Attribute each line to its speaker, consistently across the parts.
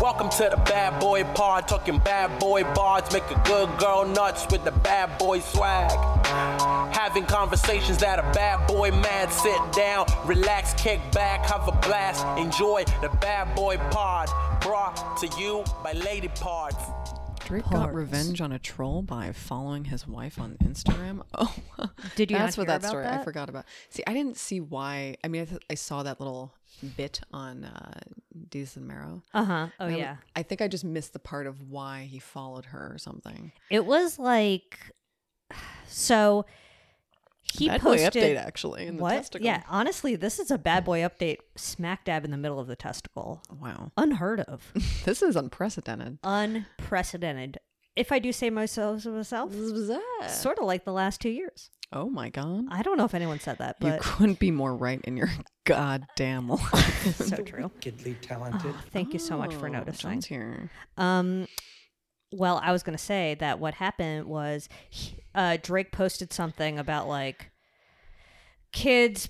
Speaker 1: Welcome to the bad boy pod, talking bad boy bards, make a good girl nuts with the bad boy swag. Having conversations that a bad boy mad, sit down, relax, kick back, have a blast, enjoy the bad boy pod, brought to you by Lady Parts.
Speaker 2: Drake got
Speaker 3: Parts.
Speaker 2: revenge on a troll by following his wife on Instagram. Oh,
Speaker 3: Did you not
Speaker 2: That's what
Speaker 3: hear
Speaker 2: that
Speaker 3: about
Speaker 2: story. I
Speaker 3: that?
Speaker 2: forgot about. See, I didn't see why. I mean, I, th- I saw that little bit on uh, Deez and Marrow.
Speaker 3: Uh huh. Oh,
Speaker 2: And I-
Speaker 3: yeah.
Speaker 2: I think I just missed the part of why he followed her or something.
Speaker 3: It was like, so he
Speaker 2: Bad boy
Speaker 3: posted.
Speaker 2: update actually in the
Speaker 3: what?
Speaker 2: testicle.
Speaker 3: Yeah. Honestly, this is a bad boy update smack dab in the middle of the testicle.
Speaker 2: Wow.
Speaker 3: Unheard of.
Speaker 2: This is unprecedented.
Speaker 3: Unprecedented. If I do say myself to myself, sort of like the last two years.
Speaker 2: Oh my god.
Speaker 3: I don't know if anyone said that,
Speaker 2: You
Speaker 3: but
Speaker 2: couldn't be more right in your goddamn life.
Speaker 3: so true.
Speaker 1: Kidly talented.
Speaker 3: Oh, thank you so much for
Speaker 2: Oh,
Speaker 3: noticing.
Speaker 2: John's here.
Speaker 3: Um, well, I was gonna say that what happened was he- uh, Drake posted something about like kids.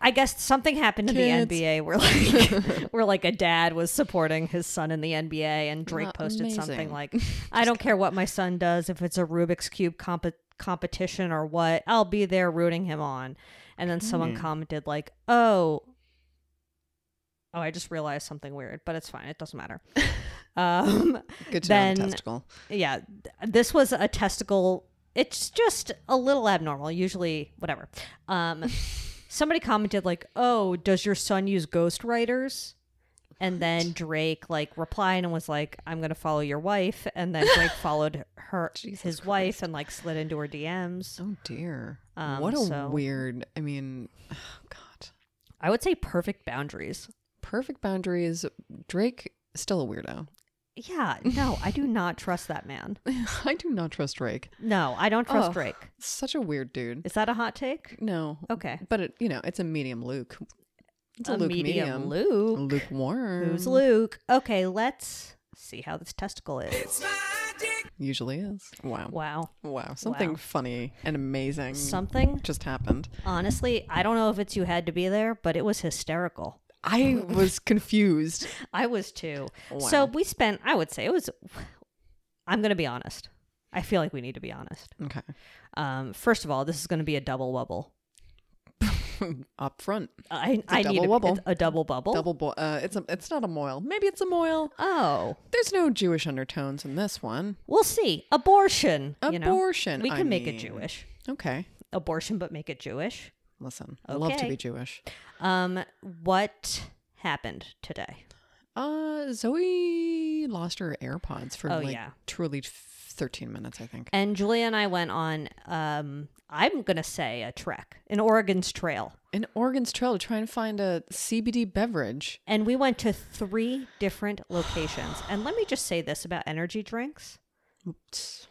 Speaker 3: I guess something happened in the
Speaker 2: Kids.
Speaker 3: NBA where like where like a dad was supporting his son in the NBA, and Drake
Speaker 2: Well,
Speaker 3: posted something
Speaker 2: amazing.
Speaker 3: like, "I don't care what my son does, if it's a Rubik's cube comp- competition or what, I'll be there rooting him on." And then someone
Speaker 2: Mm.
Speaker 3: commented like, "Oh, oh, I just realized something weird, but it's fine. It doesn't matter." um,
Speaker 2: Good to know
Speaker 3: Then-
Speaker 2: the testicle.
Speaker 3: yeah, th- this was a testicle. It's just a little abnormal. Usually, whatever. Um, somebody commented like, "Oh, does your son use ghostwriters?" And then Drake like replied and was like, "I'm gonna follow your wife." And then Drake followed her,
Speaker 2: Jesus
Speaker 3: his wife, and like slid into her DMs.
Speaker 2: Oh dear.
Speaker 3: Um,
Speaker 2: what a
Speaker 3: so-
Speaker 2: weird. I mean, oh God.
Speaker 3: I would say perfect boundaries.
Speaker 2: Perfect boundaries. Drake still a weirdo.
Speaker 3: Yeah, no, I do not trust that man.
Speaker 2: I do not trust Drake.
Speaker 3: No, I don't trust
Speaker 2: Ugh.
Speaker 3: Drake.
Speaker 2: Such a weird dude.
Speaker 3: Is that a hot take?
Speaker 2: No.
Speaker 3: Okay,
Speaker 2: But it, you know, it's a medium Luke. It's a, Luke medium.
Speaker 3: Luke.
Speaker 2: Lukewarm.
Speaker 3: Who's Luke? Okay, let's see how this testicle is.
Speaker 2: Usually is. Wow. Wow.
Speaker 3: Wow.
Speaker 2: Something
Speaker 3: Wow.
Speaker 2: funny and amazing
Speaker 3: Something,
Speaker 2: just happened.
Speaker 3: honestly, I don't know if it's you had to be there, but it was hysterical.
Speaker 2: I was confused.
Speaker 3: I was too. So
Speaker 2: Wow.
Speaker 3: we spent, I would say it was, I'm going to be honest. I feel like we need to be honest.
Speaker 2: Okay.
Speaker 3: Um, first of all, this is going to be a double wubble.
Speaker 2: Up front.
Speaker 3: I, I need
Speaker 2: double
Speaker 3: to-
Speaker 2: wubble.
Speaker 3: it's a double bubble.
Speaker 2: Double boil. Uh, it's a, it's not a moil. Maybe it's a moil.
Speaker 3: Oh,
Speaker 2: There's no Jewish undertones in this one.
Speaker 3: we'll see. Abortion. you know?
Speaker 2: Abortion,
Speaker 3: We
Speaker 2: I
Speaker 3: can make it
Speaker 2: mean.
Speaker 3: Jewish.
Speaker 2: Okay.
Speaker 3: Abortion, but make it Jewish.
Speaker 2: Listen, I love to
Speaker 3: Okay.
Speaker 2: be Jewish.
Speaker 3: Um, what happened today?
Speaker 2: Uh, Zoe lost her AirPods for
Speaker 3: Oh,
Speaker 2: like
Speaker 3: yeah.
Speaker 2: truly f- 13 minutes, I think.
Speaker 3: And Julia and I went on, um, I'm going to say a trek, an Oregon's Trail.
Speaker 2: In Oregon's Trail to try and find a CBD beverage.
Speaker 3: And we went to three different locations. And let me just say this about energy drinks.
Speaker 2: Tss,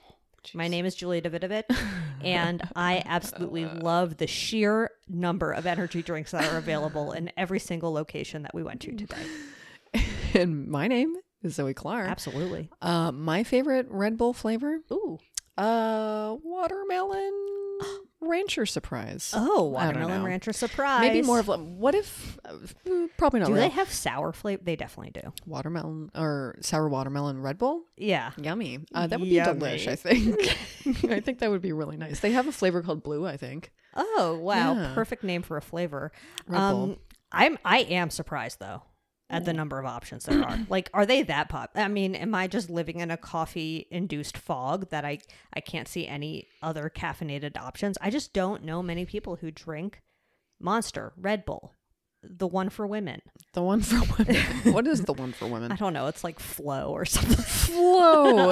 Speaker 3: My
Speaker 2: jeez.
Speaker 3: name is Julia Davidovich, and I absolutely love the sheer number of energy drinks that are available in every single location that we went to today.
Speaker 2: and my name is Zoe Clark.
Speaker 3: Absolutely.
Speaker 2: Uh, my favorite Red Bull flavor,
Speaker 3: Ooh.
Speaker 2: uh, watermelon rancher surprise.
Speaker 3: Oh,
Speaker 2: I don't
Speaker 3: watermelon
Speaker 2: know.
Speaker 3: rancher surprise.
Speaker 2: Maybe more of a, what if, uh, probably not
Speaker 3: Do
Speaker 2: real.
Speaker 3: they have sour flavor? They definitely do.
Speaker 2: watermelon or sour watermelon Red Bull.
Speaker 3: Yeah.
Speaker 2: Yummy. Uh, that would
Speaker 3: Yummy.
Speaker 2: be delish, I think. I think that would be really nice. They have a flavor called blue, I think.
Speaker 3: Oh wow!
Speaker 2: Yeah.
Speaker 3: Perfect name for a flavor.
Speaker 2: Red
Speaker 3: um,
Speaker 2: Bull.
Speaker 3: I'm I am surprised though at the number of options there are. like, are they that pop? I mean, am I just living in a coffee induced fog that I I can't see any other caffeinated options? I just don't know many people who drink Monster, Red Bull, the one for women.
Speaker 2: The one for women. what is the one for
Speaker 3: I
Speaker 2: women?
Speaker 3: don't know. It's like Flow or something.
Speaker 2: Flow.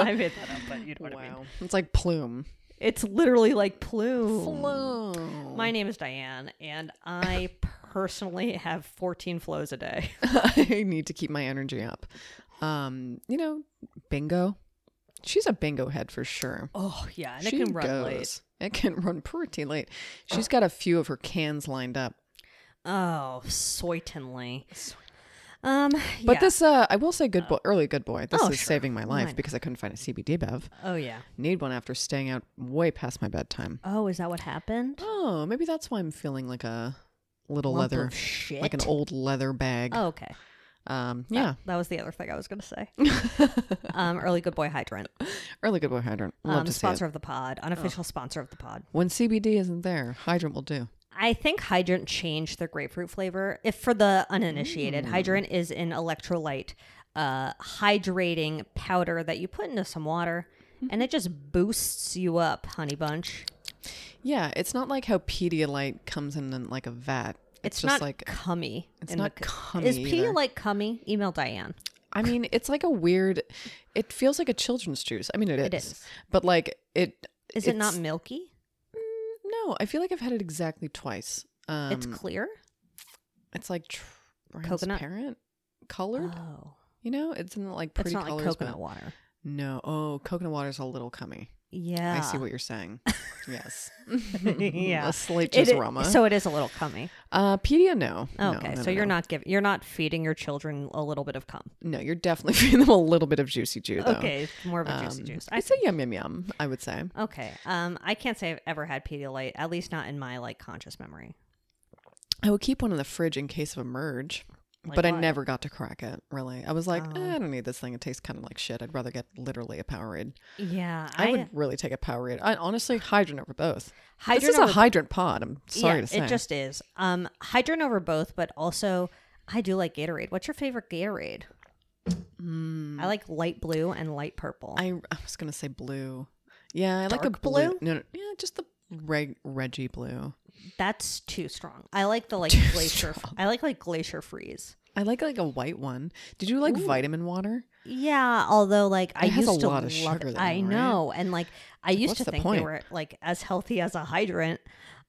Speaker 3: I made that up, but you know what I mean.
Speaker 2: wow. It's like plume.
Speaker 3: It's literally like plume.
Speaker 2: Flow.
Speaker 3: My name is Diane, and I personally have 14 flows a day.
Speaker 2: I need to keep my energy up. Um, you know, bingo. She's a bingo head for sure.
Speaker 3: Oh yeah, and
Speaker 2: she
Speaker 3: it can run late.
Speaker 2: goes. It can run pretty late. She's got a few of her cans lined up.
Speaker 3: Oh, certainly. Um,
Speaker 2: But
Speaker 3: yeah.
Speaker 2: this, uh, I will say, good boy, early good boy. This
Speaker 3: Oh,
Speaker 2: is
Speaker 3: sure.
Speaker 2: saving my life
Speaker 3: Mine.
Speaker 2: because I couldn't find a CBD bev.
Speaker 3: Oh yeah.
Speaker 2: Need one after staying out way past my bedtime.
Speaker 3: Oh, is that what happened?
Speaker 2: Oh, maybe that's why I'm feeling like a little
Speaker 3: Lump
Speaker 2: leather,
Speaker 3: of shit.
Speaker 2: like an old leather bag.
Speaker 3: Oh, okay.
Speaker 2: Um, yeah,
Speaker 3: That was the other thing I was going to say. um, early good boy hydrant.
Speaker 2: early good boy hydrant. Love
Speaker 3: Um,
Speaker 2: to see it.
Speaker 3: sponsor of the pod, unofficial sponsor of the pod.
Speaker 2: When CBD isn't there, hydrant will do.
Speaker 3: I think Hydrant changed their grapefruit flavor. If for the
Speaker 2: Mm.
Speaker 3: uninitiated, Hydrant is an electrolyte uh, hydrating powder that you put into some water,
Speaker 2: Hmm.
Speaker 3: and it just boosts you up, honey bunch.
Speaker 2: Yeah, it's not like how Pedialyte comes in in like a vat.
Speaker 3: It's,
Speaker 2: It's,
Speaker 3: not
Speaker 2: just like
Speaker 3: cummy.
Speaker 2: it's
Speaker 3: in the
Speaker 2: not
Speaker 3: c-
Speaker 2: cummy
Speaker 3: Is
Speaker 2: either.
Speaker 3: pea like cummy? Email Diane.
Speaker 2: I mean, it's like a weird. It feels like a children's juice. I mean, it is.
Speaker 3: It is.
Speaker 2: But like it.
Speaker 3: Is it not
Speaker 2: it's-
Speaker 3: milky?
Speaker 2: No, I feel like I've had it exactly twice. Um,
Speaker 3: it's
Speaker 2: it's
Speaker 3: clear.
Speaker 2: like tr-
Speaker 3: Coconut?
Speaker 2: transparent, colored.
Speaker 3: Oh,
Speaker 2: you know, it's not like pretty
Speaker 3: it's not like
Speaker 2: colors.
Speaker 3: coconut
Speaker 2: but-
Speaker 3: water.
Speaker 2: No, oh, coconut water's a little cummy.
Speaker 3: Yeah,
Speaker 2: I see what you're saying. yes,
Speaker 3: yeah.
Speaker 2: a slight
Speaker 3: It
Speaker 2: juice
Speaker 3: i-
Speaker 2: aroma. So,
Speaker 3: So it is a little cummy.
Speaker 2: uh, Pedia, no. No,
Speaker 3: Okay,
Speaker 2: no,
Speaker 3: so
Speaker 2: no,
Speaker 3: you're
Speaker 2: no.
Speaker 3: not giving, you're not feeding your children a little bit of cum.
Speaker 2: No, you're definitely feeding them a little bit of juicy juice. Though.
Speaker 3: Okay, it's more of a juicy
Speaker 2: Um,
Speaker 3: juice. I
Speaker 2: I'd say yum yum yum. I would say.
Speaker 3: Okay. Um, I can't say I've ever had Pedialyte, at least not in my like conscious memory.
Speaker 2: I would keep one in the fridge in case of a merge, but I
Speaker 3: what?
Speaker 2: never got to crack it. Really, I was like,
Speaker 3: Oh.
Speaker 2: eh, I don't need this thing. It tastes kind of like shit. I'd rather get literally a Powerade.
Speaker 3: Yeah,
Speaker 2: I, would really take a Powerade. I honestly hydrant over both.
Speaker 3: Hydrant
Speaker 2: this is
Speaker 3: over-
Speaker 2: a hydrant pod. I'm sorry
Speaker 3: yeah,
Speaker 2: to say.
Speaker 3: it just is. Um, hydrant over both, but also I do like Gatorade. What's your favorite Gatorade? I like light blue and light purple.
Speaker 2: Hmm. I I was gonna say blue. Yeah, I like a
Speaker 3: Dark
Speaker 2: blue.
Speaker 3: blue?
Speaker 2: No, no, yeah, just the reg, Reggie blue.
Speaker 3: That's too strong. I like the like glacier. I like like glacier freeze.
Speaker 2: I like like a white one. Did you like vitamin water?
Speaker 3: Yeah, although like I
Speaker 2: It has a
Speaker 3: used to
Speaker 2: lot of
Speaker 3: love
Speaker 2: sugar
Speaker 3: it.
Speaker 2: though,
Speaker 3: I
Speaker 2: right?
Speaker 3: know, and like I used
Speaker 2: what's
Speaker 3: to
Speaker 2: the
Speaker 3: think
Speaker 2: point?
Speaker 3: they were like as healthy as a hydrant,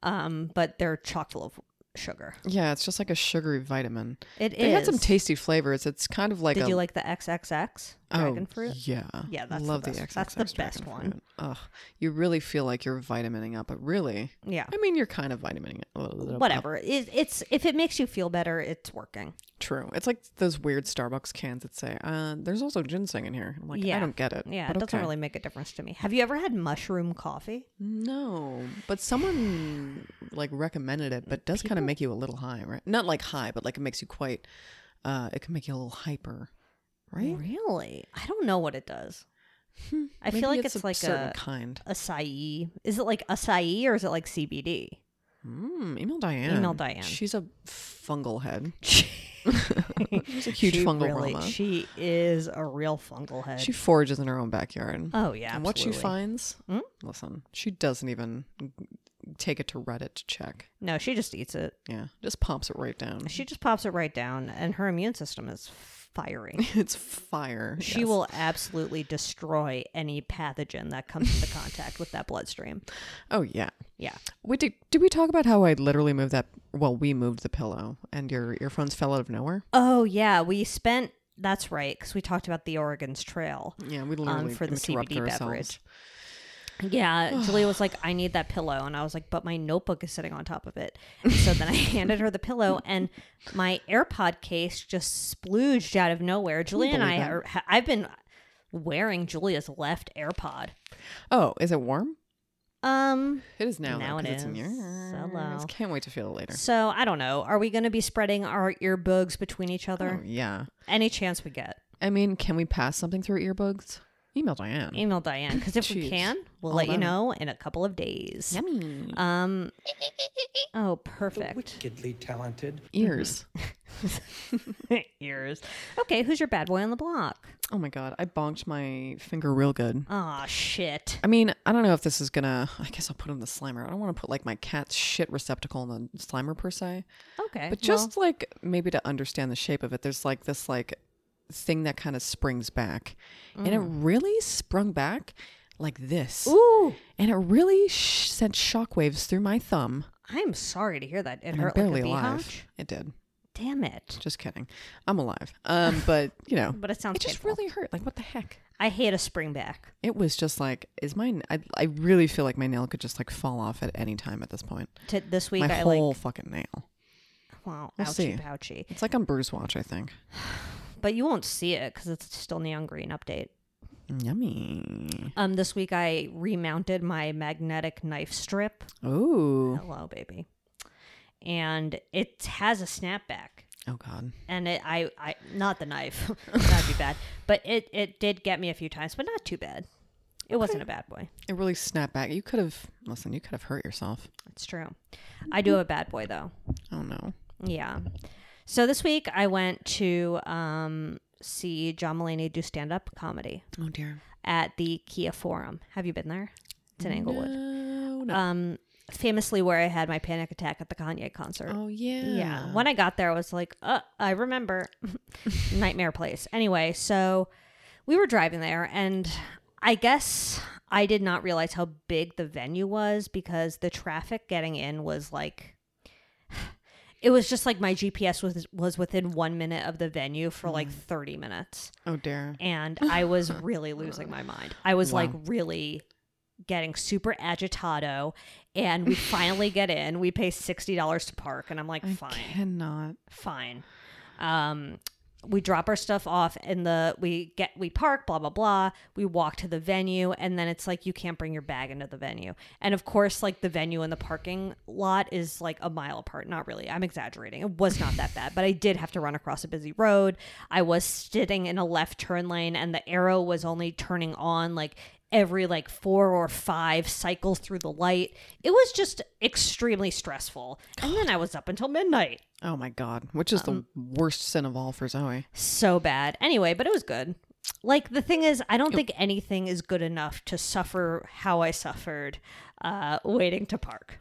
Speaker 3: um, but they're chock full of sugar.
Speaker 2: Yeah, it's just like a sugary vitamin.
Speaker 3: It is.
Speaker 2: They had some tasty flavors. It's kind of like
Speaker 3: Did
Speaker 2: a
Speaker 3: you like the XXX
Speaker 2: oh,
Speaker 3: dragon fruit?
Speaker 2: Yeah,
Speaker 3: Yeah, that's the
Speaker 2: love
Speaker 3: best-
Speaker 2: XXX
Speaker 3: that's the
Speaker 2: dragon
Speaker 3: best one.
Speaker 2: fruit. Ugh, you really feel like you're vitamining up, but really,
Speaker 3: Yeah.
Speaker 2: I mean, you're kind of vitamining up.
Speaker 3: Whatever. It, it's if it makes you feel better, it's working.
Speaker 2: True. It's like those weird Starbucks cans that say, uh, "There's also ginseng in here." I'm like,
Speaker 3: Yeah.
Speaker 2: I don't get it.
Speaker 3: Yeah,
Speaker 2: Uh, but
Speaker 3: it doesn't
Speaker 2: okay.
Speaker 3: really make a difference to me. Have you ever had mushroom coffee?
Speaker 2: No, but someone like recommended it, but it does kind of make you a little high, right? Not like high, but like it makes you quite. Uh, it can make you a little hyper, right?
Speaker 3: Really? I don't know what it does. I feel
Speaker 2: Hmm. Maybe
Speaker 3: like it's,
Speaker 2: a
Speaker 3: like
Speaker 2: certain
Speaker 3: a
Speaker 2: kind.
Speaker 3: acai. Is it like acai or is it like CBD?
Speaker 2: Mm, email Diane.
Speaker 3: Diane.
Speaker 2: She's a fungal head.
Speaker 3: She's
Speaker 2: a huge fungal roma.
Speaker 3: She is a real fungal head.
Speaker 2: She forages in her own backyard.
Speaker 3: oh yeah,
Speaker 2: and what she
Speaker 3: absolutely. Hmm?
Speaker 2: finds, listen, she doesn't even take it to Reddit to check.
Speaker 3: No, she just eats it.
Speaker 2: Yeah, just pops it right down.
Speaker 3: She just pops it right down, and her immune system is fiery.
Speaker 2: it's fire.
Speaker 3: She
Speaker 2: yes.
Speaker 3: will absolutely destroy any pathogen that comes into contact with that bloodstream.
Speaker 2: Oh yeah.
Speaker 3: Yeah.
Speaker 2: Wait, did, did we talk about how I literally moved that? Well, we moved the pillow, and your earphones fell out of nowhere.
Speaker 3: Oh, yeah. We spent, that's right, because we talked about the Oregon's Trail.
Speaker 2: Yeah, we literally
Speaker 3: for the
Speaker 2: interrupted
Speaker 3: CBD
Speaker 2: ourselves.
Speaker 3: beverage. Yeah. Julia was like, I need that pillow. And I was like, but my notebook is sitting on top of it. And so then I handed her the pillow, and my AirPod case just splooged out of nowhere. Julia and I,
Speaker 2: believe
Speaker 3: are, ha- I've been wearing Julia's left AirPod.
Speaker 2: Oh, is it warm?
Speaker 3: Um,
Speaker 2: It is now.
Speaker 3: Now
Speaker 2: though,
Speaker 3: it
Speaker 2: 'cause It's in
Speaker 3: is.
Speaker 2: yours.
Speaker 3: Hello.
Speaker 2: Can't wait to feel it later.
Speaker 3: so I don't know. Are we going to be spreading our earbugs between each
Speaker 2: Oh,
Speaker 3: other?
Speaker 2: yeah.
Speaker 3: Any chance we get?
Speaker 2: I mean, can we pass something through earbuds? Email Diane.
Speaker 3: email Diane because if we
Speaker 2: Jeez.
Speaker 3: can, we'll
Speaker 2: All
Speaker 3: let you
Speaker 2: done.
Speaker 3: know in a couple of days.
Speaker 2: Yummy
Speaker 3: Um. Oh, perfect.
Speaker 1: Wickedly talented.
Speaker 2: ears.
Speaker 3: Ears. Okay, who's your bad boy on the block?
Speaker 2: Oh my god, I bonked my finger real good.
Speaker 3: Oh shit.
Speaker 2: I mean, I don't know if this is gonna. I guess I'll put it in the slimer. I don't want to put like my cat's shit receptacle in the slimer per se.
Speaker 3: Okay.
Speaker 2: But just like maybe to understand the shape of it, there's like this like thing that kind of springs back, and it really sprung back like this,
Speaker 3: Mm. Ooh,
Speaker 2: and it really sh- sent shockwaves through my thumb.
Speaker 3: I'm sorry to hear that. It
Speaker 2: And I'm
Speaker 3: hurt
Speaker 2: barely
Speaker 3: like a
Speaker 2: alive.
Speaker 3: beehotch.
Speaker 2: It did.
Speaker 3: Damn it.
Speaker 2: Just kidding. I'm alive. Um, but you know,
Speaker 3: But it sounds
Speaker 2: it just
Speaker 3: painful.
Speaker 2: really hurt. Like what the heck?
Speaker 3: I hate a spring back.
Speaker 2: It was just like, is my? I I really feel like my nail could just like fall off at any time at this point.
Speaker 3: To this week,
Speaker 2: My
Speaker 3: I
Speaker 2: whole
Speaker 3: like
Speaker 2: fucking nail.
Speaker 3: wow,
Speaker 2: We'll
Speaker 3: ouchie
Speaker 2: see.
Speaker 3: pouchy.
Speaker 2: It's like on Bruise Watch, I think.
Speaker 3: But you won't see it because it's still neon green update.
Speaker 2: Yummy.
Speaker 3: Um, this week I remounted my magnetic knife strip
Speaker 2: Ooh.
Speaker 3: Hello, baby. And it has a snapback.
Speaker 2: Oh God.
Speaker 3: and it, I, I not the knife that'd be bad but it it did get me a few times but not too bad it wasn't a bad boy
Speaker 2: It really snapped back. You could have listen. You could have hurt yourself.
Speaker 3: it's true i do have a bad boy though
Speaker 2: Oh no.
Speaker 3: yeah so this week i went to um see john mulaney do stand-up comedy
Speaker 2: Oh dear.
Speaker 3: at the kia forum have you been there it's in englewood
Speaker 2: Oh no.
Speaker 3: um famously where i had my panic attack at the kanye concert
Speaker 2: oh yeah.
Speaker 3: Yeah. When I got there, I was like, uh, I remember Nightmare Place. Anyway, so we were driving there, and I guess I did not realize how big the venue was because the traffic getting in was like, it was just like my GPS was was within one minute of the venue for like thirty minutes,
Speaker 2: Oh dear.
Speaker 3: and I was really losing my mind. I was like really getting super agitado and we finally get in we pay $60 to park and i'm like fine
Speaker 2: Cannot.
Speaker 3: fine. Um, we drop our stuff off in the we get we park blah blah blah we walk to the venue and then it's like you can't bring your bag into the venue and of course like the venue and the parking lot is like a mile apart not really i'm exaggerating it was not that bad but i did have to run across a busy road i was sitting in a left turn lane and the arrow was only turning on like every like four or five cycles through the light it was just extremely stressful and then i was up until midnight
Speaker 2: Oh my God. Which is
Speaker 3: Um,
Speaker 2: the worst sin of all for Zoe?
Speaker 3: so bad. Anyway, but it was good. Like the thing is, I don't think anything is good enough to suffer how I suffered uh, waiting to park.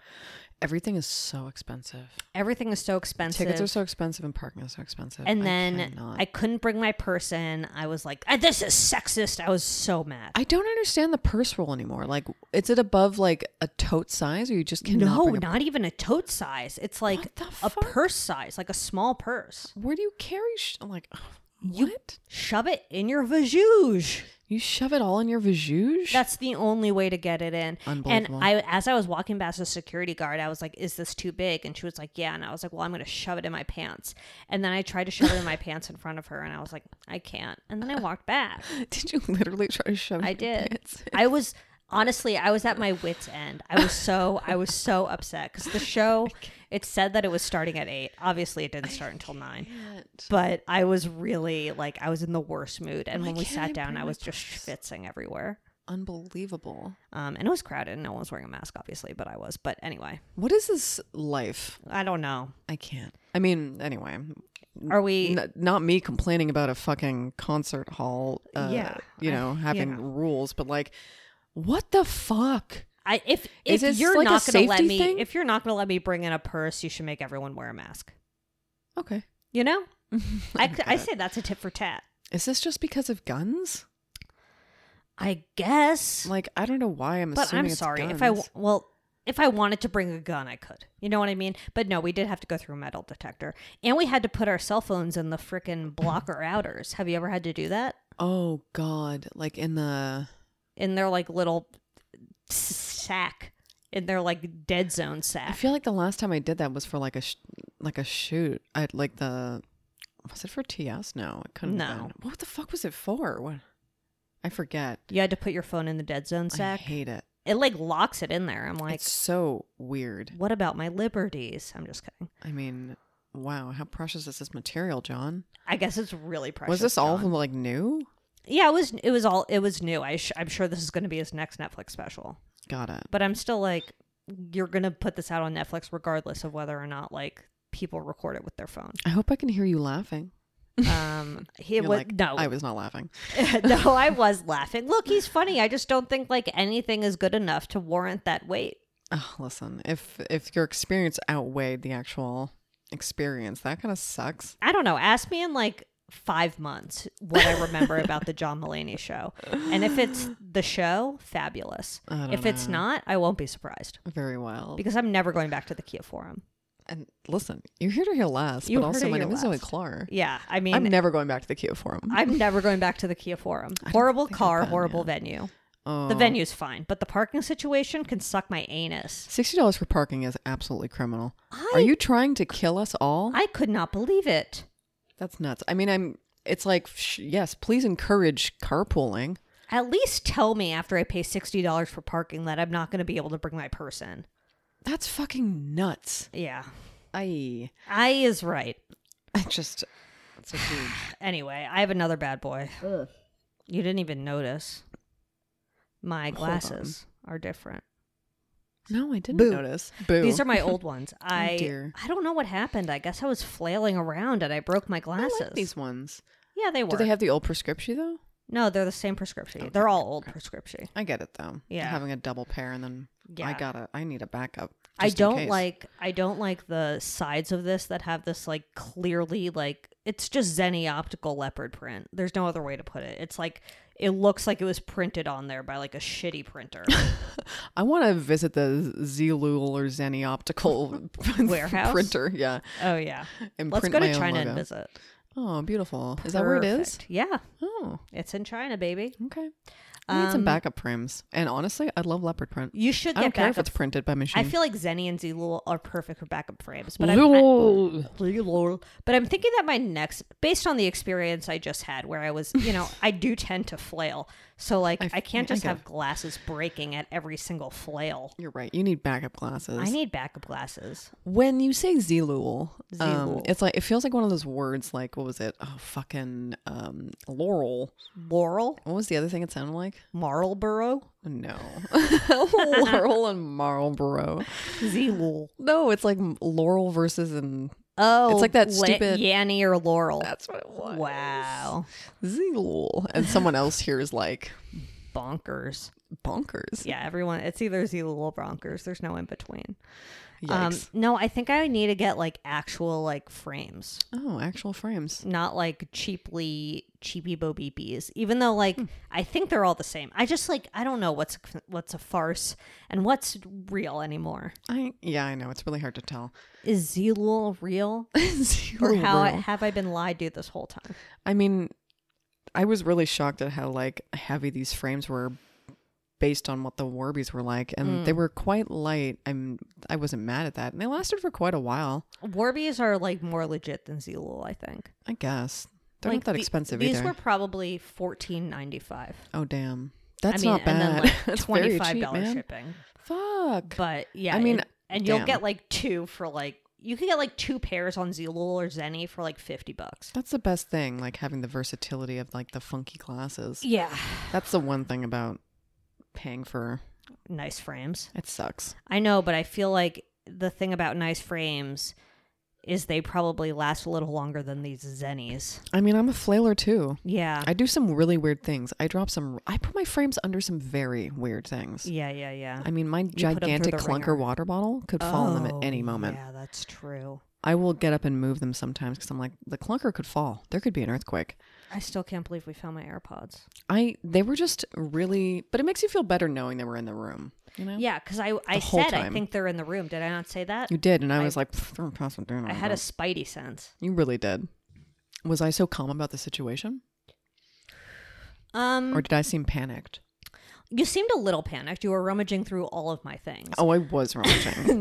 Speaker 2: Everything is so expensive.
Speaker 3: Everything is so expensive.
Speaker 2: Tickets are so expensive and parking is so expensive.
Speaker 3: and
Speaker 2: I
Speaker 3: then
Speaker 2: cannot.
Speaker 3: I, couldn't bring my purse in. I was like, "Ah, "This is sexist." I was so mad.
Speaker 2: I don't understand the purse rule anymore. Like, is it above like a tote size, or you just cannot?
Speaker 3: no,
Speaker 2: bring a-
Speaker 3: not even a tote size. It's like
Speaker 2: the
Speaker 3: a
Speaker 2: fuck?
Speaker 3: purse size, like a small purse.
Speaker 2: Where do you carry? Sh- I'm like, oh, what?
Speaker 3: Shove it in your vajouge.
Speaker 2: You shove it all in your vajouge?
Speaker 3: That's the only way to get it in. And
Speaker 2: Unbelievable.
Speaker 3: I, as I was walking past the security guard, I was like, "Is this too big?" And she was like, "Yeah." And I was like, "Well, I'm going to shove it in my pants." And then I tried to shove it in my pants in front of her, and I was like, "I can't." And then I walked back.
Speaker 2: did you literally try to shove? it
Speaker 3: I
Speaker 2: in your
Speaker 3: did.
Speaker 2: pants?
Speaker 3: I was honestly, I was at my wits' end. I was so, I was so upset because the show. It said that it was starting at eight. Obviously, it didn't start until nine. But I was really like, I was in the worst mood. And
Speaker 2: Why
Speaker 3: when we
Speaker 2: can't Oh, I
Speaker 3: sat down,
Speaker 2: bring
Speaker 3: I
Speaker 2: my
Speaker 3: was just
Speaker 2: purse?
Speaker 3: schwitzing everywhere.
Speaker 2: Unbelievable.
Speaker 3: Um, and it was crowded and no one was wearing a mask, obviously, but I was. But anyway,
Speaker 2: What is this life?
Speaker 3: I don't know.
Speaker 2: I can't. I mean, anyway,
Speaker 3: Are we?
Speaker 2: n- not me complaining about a fucking concert hall. Uh,
Speaker 3: Yeah,
Speaker 2: you
Speaker 3: I-
Speaker 2: know, having
Speaker 3: yeah.
Speaker 2: rules, but like, what the fuck?
Speaker 3: I, if
Speaker 2: Is
Speaker 3: if
Speaker 2: this
Speaker 3: you're
Speaker 2: like a
Speaker 3: not gonna let
Speaker 2: safety
Speaker 3: me,
Speaker 2: thing?
Speaker 3: if you're not gonna let me bring in a purse, you should make everyone wear a mask.
Speaker 2: Okay,
Speaker 3: You know, I, c- I say that's a tit for tat.
Speaker 2: is this just because of guns?
Speaker 3: I guess,
Speaker 2: Like, I don't know why I'm.
Speaker 3: but I'm
Speaker 2: assuming it's
Speaker 3: sorry if I w-
Speaker 2: guns.
Speaker 3: well. If I wanted to bring a gun, I could. You know what I mean? But no, we did have to go through a metal detector. And we had to put our cell phones in the frickin' blocker outers. Have you ever had to do that?
Speaker 2: Oh God! Like in the
Speaker 3: In their like little s- sack, in their like dead zone sack.
Speaker 2: I feel like the last time I did that was for like a sh- like a shoot. I like the was it for TS? No, it couldn't. have
Speaker 3: No.
Speaker 2: been. What the fuck was it for? What? I forget.
Speaker 3: You had to put your phone in the dead zone
Speaker 2: I
Speaker 3: sack.
Speaker 2: hate it.
Speaker 3: It like locks it in there. I'm like,
Speaker 2: it's so weird.
Speaker 3: what about my liberties? I'm just kidding.
Speaker 2: I mean, wow, how precious is this material, John?
Speaker 3: I guess it's really precious.
Speaker 2: was this all
Speaker 3: John.
Speaker 2: like new?
Speaker 3: Yeah, it was. It was all. It was new. I sh- I'm sure this is going to be his next Netflix special.
Speaker 2: Got it.
Speaker 3: But I'm still like, you're going to put this out on Netflix regardless of whether or not like people record it with their phone.
Speaker 2: I hope I can hear you laughing.
Speaker 3: Um, he
Speaker 2: You're
Speaker 3: was
Speaker 2: like,
Speaker 3: no,
Speaker 2: I was not laughing.
Speaker 3: no, I was laughing. Look, he's funny. I just don't think like anything is good enough to warrant that wait.
Speaker 2: Oh, listen, if if your experience outweighed the actual experience, that kind of sucks.
Speaker 3: I don't know. Ask me in like five months what I remember about the John Mulaney show, and if it's the show, fabulous.
Speaker 2: I don't
Speaker 3: If it's
Speaker 2: know.
Speaker 3: not, I won't be surprised
Speaker 2: very well.
Speaker 3: because I'm never going back to the Kia Forum.
Speaker 2: And listen, you're here to hear last,
Speaker 3: You heard
Speaker 2: but also
Speaker 3: it
Speaker 2: my
Speaker 3: here
Speaker 2: name is Zoe
Speaker 3: last.
Speaker 2: Clark.
Speaker 3: Yeah, I mean,
Speaker 2: I'm
Speaker 3: I'm,
Speaker 2: never going back to the Kia Forum.
Speaker 3: never going back to the Kia Forum. Horrible car, horrible venue.
Speaker 2: oh,
Speaker 3: The venue's fine, but the parking situation can suck my anus.
Speaker 2: Sixty dollars for parking is absolutely criminal. Are you trying to kill us all?
Speaker 3: I could not believe it.
Speaker 2: That's nuts. I mean, I'm. It's like sh- yes, please encourage carpooling.
Speaker 3: At least tell me after I pay sixty dollars for parking that I'm not going to be able to bring my purse in.
Speaker 2: That's fucking nuts.
Speaker 3: Yeah,
Speaker 2: I
Speaker 3: I is right.
Speaker 2: It just it's a huge.
Speaker 3: Anyway, I have another bad boy. You didn't even notice. My glasses are different.
Speaker 2: No, I didn't
Speaker 3: Boo.
Speaker 2: notice. Boo.
Speaker 3: These are my old ones. I
Speaker 2: dear.
Speaker 3: I don't know what happened. I guess I was flailing around and I broke my
Speaker 2: I like
Speaker 3: glasses.
Speaker 2: these ones.
Speaker 3: Yeah, they were.
Speaker 2: Do they have the old prescription though?
Speaker 3: no, they're the same prescription. They're all old prescription.
Speaker 2: I get it though.
Speaker 3: Yeah.
Speaker 2: Having a double pair and then I
Speaker 3: Yeah.
Speaker 2: gotta I need a backup.
Speaker 3: I
Speaker 2: just in
Speaker 3: don't
Speaker 2: case.
Speaker 3: like I don't like the sides of this that have this like clearly like it's just Zenny optical leopard print. There's no other way to put it. It's like it looks like it was printed on there by like a shitty printer.
Speaker 2: I want to visit the Zelul or Zenny Optical
Speaker 3: Warehouse?
Speaker 2: printer. Yeah.
Speaker 3: oh yeah.
Speaker 2: And
Speaker 3: Let's
Speaker 2: print
Speaker 3: go to
Speaker 2: my own
Speaker 3: China and
Speaker 2: logo.
Speaker 3: visit.
Speaker 2: Oh, beautiful. Is that where it is?
Speaker 3: Perfect. Yeah.
Speaker 2: Oh,
Speaker 3: It's in China, baby.
Speaker 2: okay. I need
Speaker 3: Um,
Speaker 2: some backup primes. And honestly, I love leopard print.
Speaker 3: You should
Speaker 2: I
Speaker 3: get
Speaker 2: don't care if
Speaker 3: backup
Speaker 2: it's printed by machine.
Speaker 3: I feel like Zenny and Zulul are perfect for backup frames, but I'm, I,
Speaker 2: Lul.
Speaker 3: Zulul. but I'm thinking that my next, based on the experience I just had, where I was, you know, I do tend to flail, so like I,
Speaker 2: I-
Speaker 3: can't
Speaker 2: I
Speaker 3: just
Speaker 2: get
Speaker 3: have
Speaker 2: it.
Speaker 3: glasses breaking at every single flail.
Speaker 2: You're right. You need backup glasses.
Speaker 3: I need backup glasses.
Speaker 2: when you say Zelul, um,
Speaker 3: Zelul.
Speaker 2: it's like it feels like one of those words like what was it? Oh, fucking um, laurel.
Speaker 3: Laurel,
Speaker 2: What was the other thing it sounded like?
Speaker 3: Marlboro,
Speaker 2: No, laurel and Marlboro.
Speaker 3: Zulul.
Speaker 2: No, it's like laurel versus and
Speaker 3: Oh,
Speaker 2: like that
Speaker 3: La-
Speaker 2: stupid-
Speaker 3: Yanny or Laurel.
Speaker 2: that's what it was.
Speaker 3: wow,
Speaker 2: Zelul, and someone else here is like
Speaker 3: bonkers.
Speaker 2: bonkers.
Speaker 3: Yeah, everyone. It's either Zulul or bonkers. There's no in between. Um,
Speaker 2: Yikes.
Speaker 3: no, I think I need to get like actual like frames,
Speaker 2: oh, actual frames.
Speaker 3: not like cheaply cheapy bo beepies. Even though like
Speaker 2: Hmm.
Speaker 3: I think they're all the same. I just like I don't know what's what's a farce and what's real anymore.
Speaker 2: I yeah, I know it's really hard to tell.
Speaker 3: Is Zelul real, or
Speaker 2: Zelul.
Speaker 3: how I, have I been lied to this whole time?
Speaker 2: I mean, I was really shocked at how like heavy these frames were based on what the Warbies were like and
Speaker 3: Hmm.
Speaker 2: they were quite light. I'm I wasn't mad at that. And they lasted for quite a while,
Speaker 3: Warbies are like more legit than Zelul, I think.
Speaker 2: I guess. They're
Speaker 3: like
Speaker 2: not that
Speaker 3: the-
Speaker 2: expensive
Speaker 3: These
Speaker 2: either.
Speaker 3: were probably fourteen ninety five.
Speaker 2: oh damn. That's
Speaker 3: I mean,
Speaker 2: not bad.
Speaker 3: and then like
Speaker 2: That's
Speaker 3: twenty
Speaker 2: very
Speaker 3: five
Speaker 2: cheap,
Speaker 3: dollar
Speaker 2: man.
Speaker 3: shipping.
Speaker 2: Fuck.
Speaker 3: But yeah,
Speaker 2: I mean,
Speaker 3: and, and you'll
Speaker 2: damn.
Speaker 3: get like two for like you can get like two pairs on Zulul or Zenny for like fifty bucks.
Speaker 2: That's the best thing, like having the versatility of like the funky glasses.
Speaker 3: Yeah,
Speaker 2: That's the one thing about paying for
Speaker 3: nice frames.
Speaker 2: it sucks.
Speaker 3: I know, but I feel like the thing about nice frames is they probably last a little longer than these Zennies.
Speaker 2: I mean, I'm a flailer too.
Speaker 3: Yeah,
Speaker 2: I do some really weird things. I drop some. I put my frames under some very weird things.
Speaker 3: yeah, yeah, yeah.
Speaker 2: I mean, my
Speaker 3: through
Speaker 2: gigantic
Speaker 3: the
Speaker 2: clunker
Speaker 3: wringer.
Speaker 2: water bottle could fall on them
Speaker 3: Oh,
Speaker 2: at any moment.
Speaker 3: Yeah, that's true.
Speaker 2: I will get up and move them sometimes because I'm like, the clunker could fall. There could be an earthquake.
Speaker 3: I still can't believe we found my AirPods.
Speaker 2: I they were just really, but it makes you feel better knowing they were in the room. You know,
Speaker 3: Yeah, because I I
Speaker 2: whole
Speaker 3: said I
Speaker 2: time.
Speaker 3: think they're in the room. Did I not say that?
Speaker 2: you did, and I, was like, "Pfft, they're impossible.
Speaker 3: I had a spidey sense.
Speaker 2: You really did. Was I so calm about the situation,
Speaker 3: Um,
Speaker 2: or did I
Speaker 3: Mm-hmm.
Speaker 2: seem panicked?
Speaker 3: You seemed a little panicked. You were rummaging through all of my things.
Speaker 2: Oh, I was rummaging.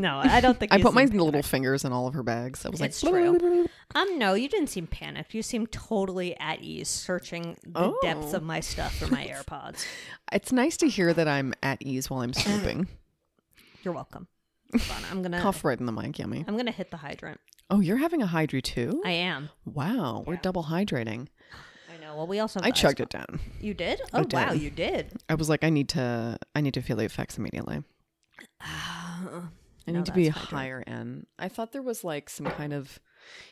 Speaker 3: no, I don't think
Speaker 2: I
Speaker 3: you
Speaker 2: put my
Speaker 3: seemed
Speaker 2: little fingers in all of her bags. I was like,
Speaker 3: It's true. Um, no, you didn't seem panicked. You seemed totally at ease, searching the
Speaker 2: Oh.
Speaker 3: depths of my stuff for my AirPods.
Speaker 2: It's nice to hear that I'm at ease while I'm sleeping.
Speaker 3: You're welcome. Hold on, I'm gonna
Speaker 2: Cough right in the mic, yummy.
Speaker 3: I'm gonna hit the hydrant.
Speaker 2: Oh, you're having a hydri too?
Speaker 3: I am.
Speaker 2: wow, we're double hydrating.
Speaker 3: I know. Well, we also. Have
Speaker 2: I
Speaker 3: the ice
Speaker 2: chugged
Speaker 3: pop-
Speaker 2: it down.
Speaker 3: You did? Oh wow,
Speaker 2: did.
Speaker 3: you did.
Speaker 2: I was like, I need to, I need to feel the effects immediately. I
Speaker 3: No,
Speaker 2: need to be
Speaker 3: that's hydrate.
Speaker 2: higher end. I thought there was like some kind of,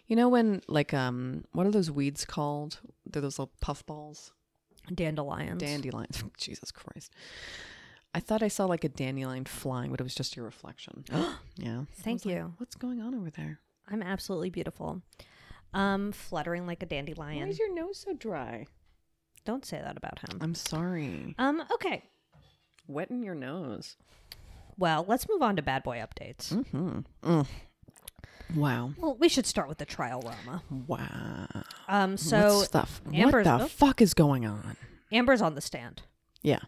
Speaker 2: you know, when like um, what are those weeds called? They're those little puff balls,
Speaker 3: Dandelions.
Speaker 2: dandelions. Jesus Christ! I thought I saw like a dandelion flying, but it was just your reflection. yeah.
Speaker 3: Thank you.
Speaker 2: What's going on over there?
Speaker 3: I'm absolutely beautiful. Um, fluttering like a dandelion.
Speaker 2: your nose so dry?
Speaker 3: Don't say that about him.
Speaker 2: I'm sorry.
Speaker 3: Um. Okay.
Speaker 2: Wetting your nose.
Speaker 3: Well, let's move on to bad boy updates.
Speaker 2: Mm-hmm. Wow.
Speaker 3: Well, we should start with the trial Roma.
Speaker 2: Wow.
Speaker 3: Um,
Speaker 2: What's
Speaker 3: so
Speaker 2: stuff.
Speaker 3: Amber's-
Speaker 2: what the
Speaker 3: oh.
Speaker 2: fuck is going on?
Speaker 3: Amber's on the stand.
Speaker 2: Yeah.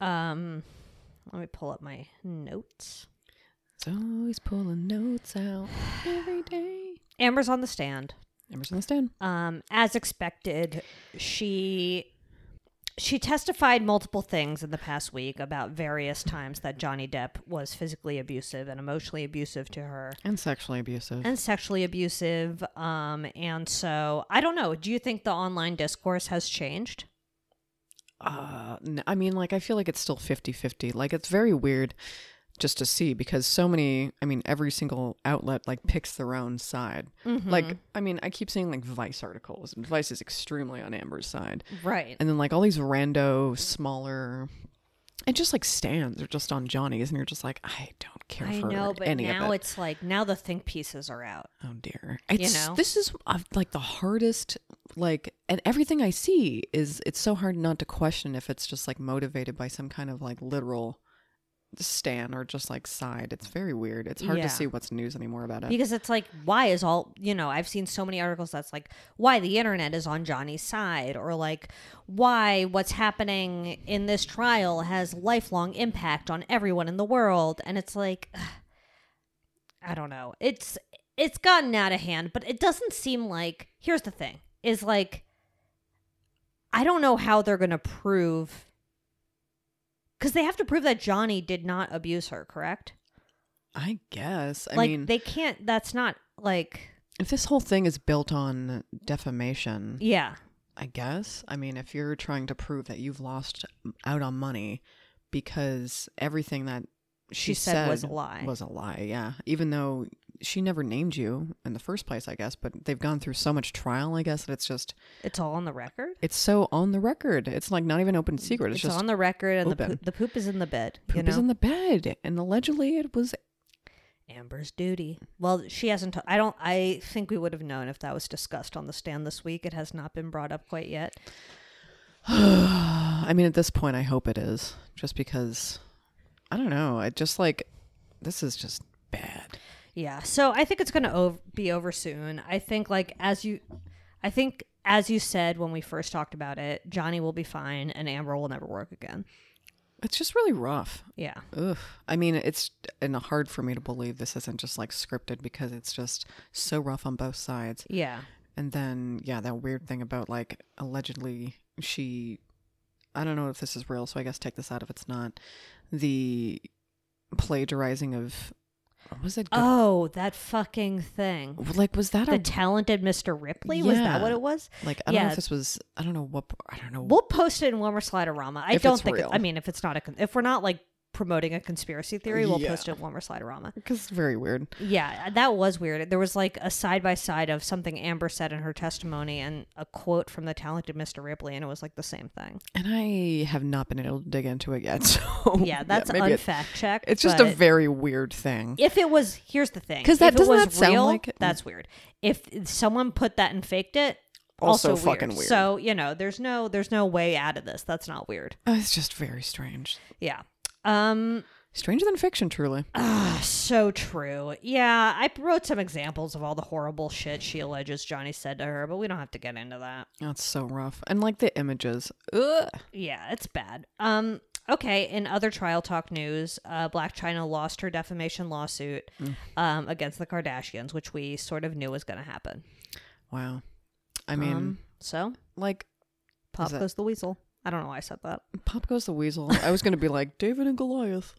Speaker 3: Um, let me pull up my notes.
Speaker 2: So he's pulling notes out every day.
Speaker 3: Amber's on the stand.
Speaker 2: Amber's on the stand.
Speaker 3: Um, as expected, she She testified multiple things in the past week about various times that Johnny Depp was physically abusive and emotionally abusive to her
Speaker 2: and sexually abusive.
Speaker 3: and sexually abusive. Um, and so I don't know. Do you think the online discourse has changed?
Speaker 2: uh, n- I mean, like, I feel like it's still 50 50. Like, it's very weird just to see because so many, I mean, every single outlet, like, picks their own side.
Speaker 3: Mm-hmm.
Speaker 2: Like, I mean, I keep seeing, like, Vice articles, and Vice is extremely on Amber's side.
Speaker 3: Right.
Speaker 2: And then, like, all these rando, smaller. And just like stands are just on Johnny's, and you're just like, I don't care
Speaker 3: I
Speaker 2: for
Speaker 3: know, but
Speaker 2: any
Speaker 3: now
Speaker 2: of it.
Speaker 3: it's like now the think pieces are out.
Speaker 2: Oh dear. It's,
Speaker 3: know?
Speaker 2: This is uh, like the hardest, like, and everything I see is it's so hard not to question if it's just like motivated by some kind of like literal stand or just like side. It's very weird. It's hard
Speaker 3: Yeah.
Speaker 2: to see what's news anymore about it.
Speaker 3: Because it's like, why is all, you know, I've seen so many articles that's like, why the internet is on Johnny's side, or like, why what's happening in this trial has lifelong impact on everyone in the world. And it's like, I don't know. It's, it's gotten out of hand, but it doesn't seem like, here's the thing is like, I don't know how they're going to prove, because they have to prove that Johnny did not abuse her, correct?
Speaker 2: I guess. I
Speaker 3: like
Speaker 2: mean,
Speaker 3: they can't that's not like
Speaker 2: if this whole thing is built on defamation,
Speaker 3: yeah
Speaker 2: I guess. I mean, if you're trying to prove that you've lost out on money because everything that
Speaker 3: She
Speaker 2: she,
Speaker 3: said was a lie.
Speaker 2: Was a lie, yeah. Even though she never named you in the first place, I guess, but they've gone through so much trial, I guess, that it's just,
Speaker 3: it's all on the record
Speaker 2: it's so on the record. It's like not even open secret. It's,
Speaker 3: it's,
Speaker 2: just
Speaker 3: on the record and the
Speaker 2: open.
Speaker 3: poop, the poop is in the bed
Speaker 2: poop
Speaker 3: you know
Speaker 2: is in the bed. And allegedly it was,
Speaker 3: amber's duty well she hasn't I i don't i think we would have known if that was discussed on the stand this week it has not been brought up quite yet
Speaker 2: I mean, at this point, I hope it is just because, I don't know. It just like, this is just bad.
Speaker 3: Yeah. So I think it's going to ov- be over soon. I think like as you I think as you said when we first talked about it, Johnny will be fine and Amber will never work again.
Speaker 2: It's just really rough.
Speaker 3: Yeah.
Speaker 2: Ugh. I mean, it's and hard for me to believe this isn't just like scripted because it's just so rough on both sides.
Speaker 3: Yeah.
Speaker 2: And then, yeah, that weird thing about like allegedly she, I don't know if this is real, so I guess take this out if it's not. The plagiarizing of what was it? Go-
Speaker 3: Oh, that fucking thing.
Speaker 2: like was that
Speaker 3: The
Speaker 2: a
Speaker 3: talented Mr. Ripley? Was
Speaker 2: Yeah.
Speaker 3: that what it was?
Speaker 2: like I don't know
Speaker 3: yeah.
Speaker 2: if this was I don't know what I don't know.
Speaker 3: We'll post it in Wilmer Sliderama. I
Speaker 2: If
Speaker 3: don't
Speaker 2: it's
Speaker 3: think. it-
Speaker 2: real.
Speaker 3: I mean, if it's not a, con- if we're not like promoting a conspiracy theory, we'll
Speaker 2: Yeah.
Speaker 3: post it in Wilmer Sliderama.
Speaker 2: because it's very weird.
Speaker 3: Yeah, that was weird. There was like a side by side of something Amber said in her testimony and a quote from the talented Mr. Ripley, and it was like the same thing.
Speaker 2: And I have not been able to dig into it yet. So
Speaker 3: Yeah, that's
Speaker 2: maybe it-
Speaker 3: unfact checked.
Speaker 2: it's just a
Speaker 3: but
Speaker 2: very weird thing.
Speaker 3: If it was, here's the thing.
Speaker 2: 'Cause that-
Speaker 3: if it
Speaker 2: doesn't
Speaker 3: was
Speaker 2: that sound
Speaker 3: real,
Speaker 2: like it?
Speaker 3: that's weird. If someone put that and faked it,
Speaker 2: Also
Speaker 3: also,
Speaker 2: fucking weird.
Speaker 3: So you know, there's no, there's no way out of this. That's not weird.
Speaker 2: Oh, it's just very strange.
Speaker 3: Yeah. Um.
Speaker 2: Stranger than fiction, truly.
Speaker 3: Ah, so true. Yeah, I wrote some examples of all the horrible shit she alleges Johnny said to her, but we don't have to get into that.
Speaker 2: That's so rough. And like the images. Ugh.
Speaker 3: Yeah, it's bad. Um, okay. In other trial talk news, uh, Black China lost her defamation lawsuit
Speaker 2: Mm.
Speaker 3: um, against the Kardashians, which we sort of knew was going to happen.
Speaker 2: Wow. I mean,
Speaker 3: um, so
Speaker 2: like
Speaker 3: pop
Speaker 2: that-
Speaker 3: goes the weasel. I don't know why I said that.
Speaker 2: Pop Goes the Weasel. I was going to be like David and Goliath.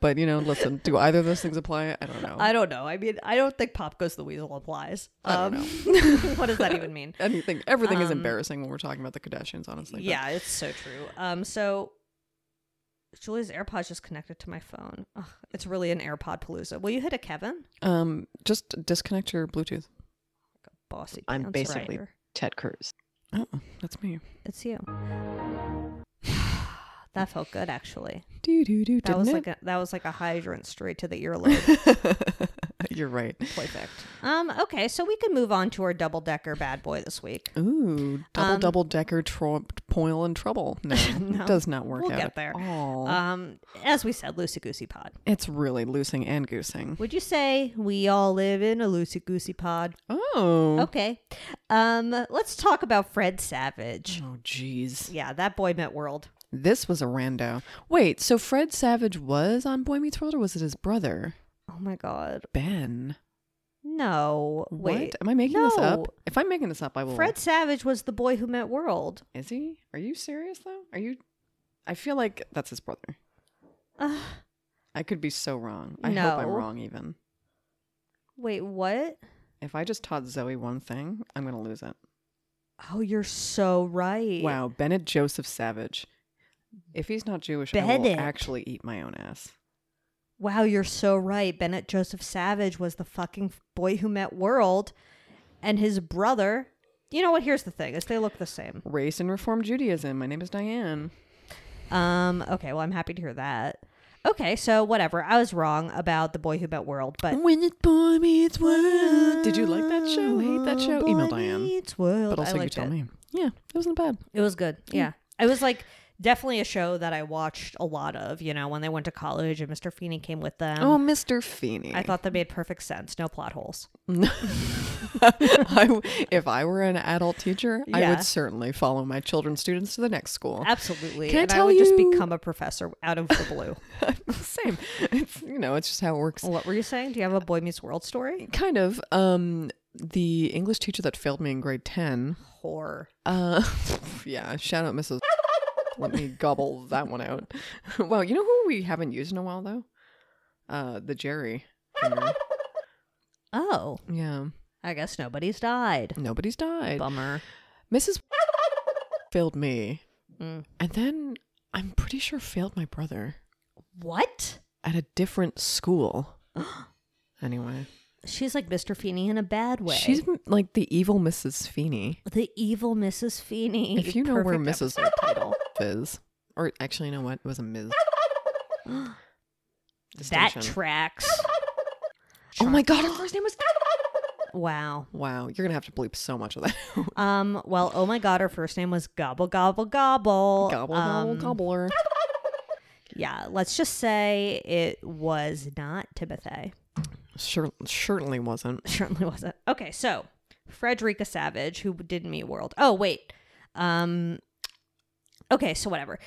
Speaker 2: but, you know, listen, do either of those things apply? I don't know.
Speaker 3: I don't know. I mean, I don't think pop goes the weasel applies.
Speaker 2: I don't
Speaker 3: know. what does that even mean?
Speaker 2: Anything, everything is embarrassing when we're talking about the Kardashians, honestly. but-
Speaker 3: Um, yeah, it's so true. Um, so Julia's AirPods just connected to my phone. Ugh, it's really an AirPod palooza. Will you hit a Kevin?
Speaker 2: Um, just disconnect your Bluetooth.
Speaker 3: Bossy.
Speaker 4: I'm
Speaker 3: pants
Speaker 4: basically-
Speaker 3: rider.
Speaker 4: Ted Cruz.
Speaker 2: Oh, that's me.
Speaker 3: It's you. that felt good, actually.
Speaker 2: Do, do, do.
Speaker 3: That was
Speaker 2: didn't
Speaker 3: like a, that was like a hydrant straight to the earlobe.
Speaker 2: it? You're right.
Speaker 3: Perfect. Um. Okay, so we can move on to our double decker bad boy this week.
Speaker 2: Ooh, double
Speaker 3: Um,
Speaker 2: double decker tro- poil and trouble. No, it does not work
Speaker 3: we'll
Speaker 2: out
Speaker 3: get
Speaker 2: at
Speaker 3: there.
Speaker 2: all.
Speaker 3: Um. As we said, loosey goosey pod.
Speaker 2: It's really loosing and goosing.
Speaker 3: Would you say we all live in a loosey goosey pod?
Speaker 2: Oh.
Speaker 3: Okay. Um, let's talk about Fred Savage.
Speaker 2: Oh, jeez.
Speaker 3: Yeah, that boy met world.
Speaker 2: This was a rando. Wait, so Fred Savage was on Boy Meets World, or was it his brother
Speaker 3: Oh my god.
Speaker 2: Ben?
Speaker 3: No, wait.
Speaker 2: What? Am I making this
Speaker 3: No.
Speaker 2: up? If I'm making this up, I will.
Speaker 3: Fred Savage was the boy who met world.
Speaker 2: Is he? Are you serious though? Are you? I feel like that's his brother.
Speaker 3: Ugh.
Speaker 2: I could be so wrong. I hope I'm
Speaker 3: No.
Speaker 2: wrong. Even
Speaker 3: wait, what?
Speaker 2: if I just taught Zoe one thing, I'm gonna lose it.
Speaker 3: Oh, you're so right.
Speaker 2: Wow, Bennett Joseph Savage. If he's not Jewish, I will
Speaker 3: Bennett.
Speaker 2: actually eat my own ass.
Speaker 3: Wow, you're so right. Bennett Joseph Savage was the fucking boy who met world and his brother. You know what? Here's the thing is they look the same.
Speaker 2: Race and Reform Judaism. My name is Diane.
Speaker 3: Um, okay, well I'm happy to hear that. Okay, so whatever. I was wrong about the boy who met world, but
Speaker 2: When it boy meets world. Did you like that show? Hate that show? Email
Speaker 3: Boy
Speaker 2: Diane.
Speaker 3: Meets World.
Speaker 2: But
Speaker 3: I
Speaker 2: also, you
Speaker 3: liked
Speaker 2: tell
Speaker 3: it.
Speaker 2: me. Yeah, it wasn't bad.
Speaker 3: It was good.
Speaker 2: Mm.
Speaker 3: Yeah. It was like definitely a show that I watched a lot of, you know, when they went to college and Mr. Feeney came with them.
Speaker 2: oh, Mr. Feeney.
Speaker 3: I thought that made perfect sense. No plot holes.
Speaker 2: I w- if I were an adult teacher, I
Speaker 3: Yeah.
Speaker 2: would certainly follow my children's students to the next school.
Speaker 3: Absolutely.
Speaker 2: Oh. Can I
Speaker 3: and
Speaker 2: tell
Speaker 3: I would just
Speaker 2: you-
Speaker 3: become a professor out of the blue.
Speaker 2: Same. It's you know, it's just how it works.
Speaker 3: what were you saying? Do you have a Boy Meets World story?
Speaker 2: Kind of. Um, the English teacher that failed me in grade ten.
Speaker 3: Horror.
Speaker 2: Uh, yeah. Shout out, Mrs. Let me gobble that one out. wow, you know who we haven't used in a while though? Uh, the Jerry. singer.
Speaker 3: Oh,
Speaker 2: Yeah.
Speaker 3: I guess nobody's died.
Speaker 2: Nobody's died.
Speaker 3: Bummer.
Speaker 2: Mrs. failed me,
Speaker 3: Mm.
Speaker 2: and then I'm pretty sure failed my brother.
Speaker 3: What?
Speaker 2: at a different school. anyway,
Speaker 3: She's like Mr. Feeney in a bad way.
Speaker 2: she's m- like the evil Mrs. Feeney.
Speaker 3: the evil Mrs. Feeney.
Speaker 2: If you know where
Speaker 3: Perfect
Speaker 2: Mrs.
Speaker 3: episode title.
Speaker 2: Fizz, or actually, you know what? It was a Ms.
Speaker 3: That
Speaker 2: Distinction.
Speaker 3: tracks.
Speaker 2: oh my god, her first name was.
Speaker 3: Wow.
Speaker 2: Wow, you're gonna have to bleep so much of that. out.
Speaker 3: Um. Well. Oh my God. Her first name was Gobble Gobble Gobble.
Speaker 2: gobble,
Speaker 3: um,
Speaker 2: gobble, gobbler.
Speaker 3: Yeah. Let's just say it was not Timothy.
Speaker 2: Sure, certainly wasn't.
Speaker 3: Certainly wasn't. Okay. So Frederica Savage, who didn't meet World. Oh wait. Um. Okay. So whatever.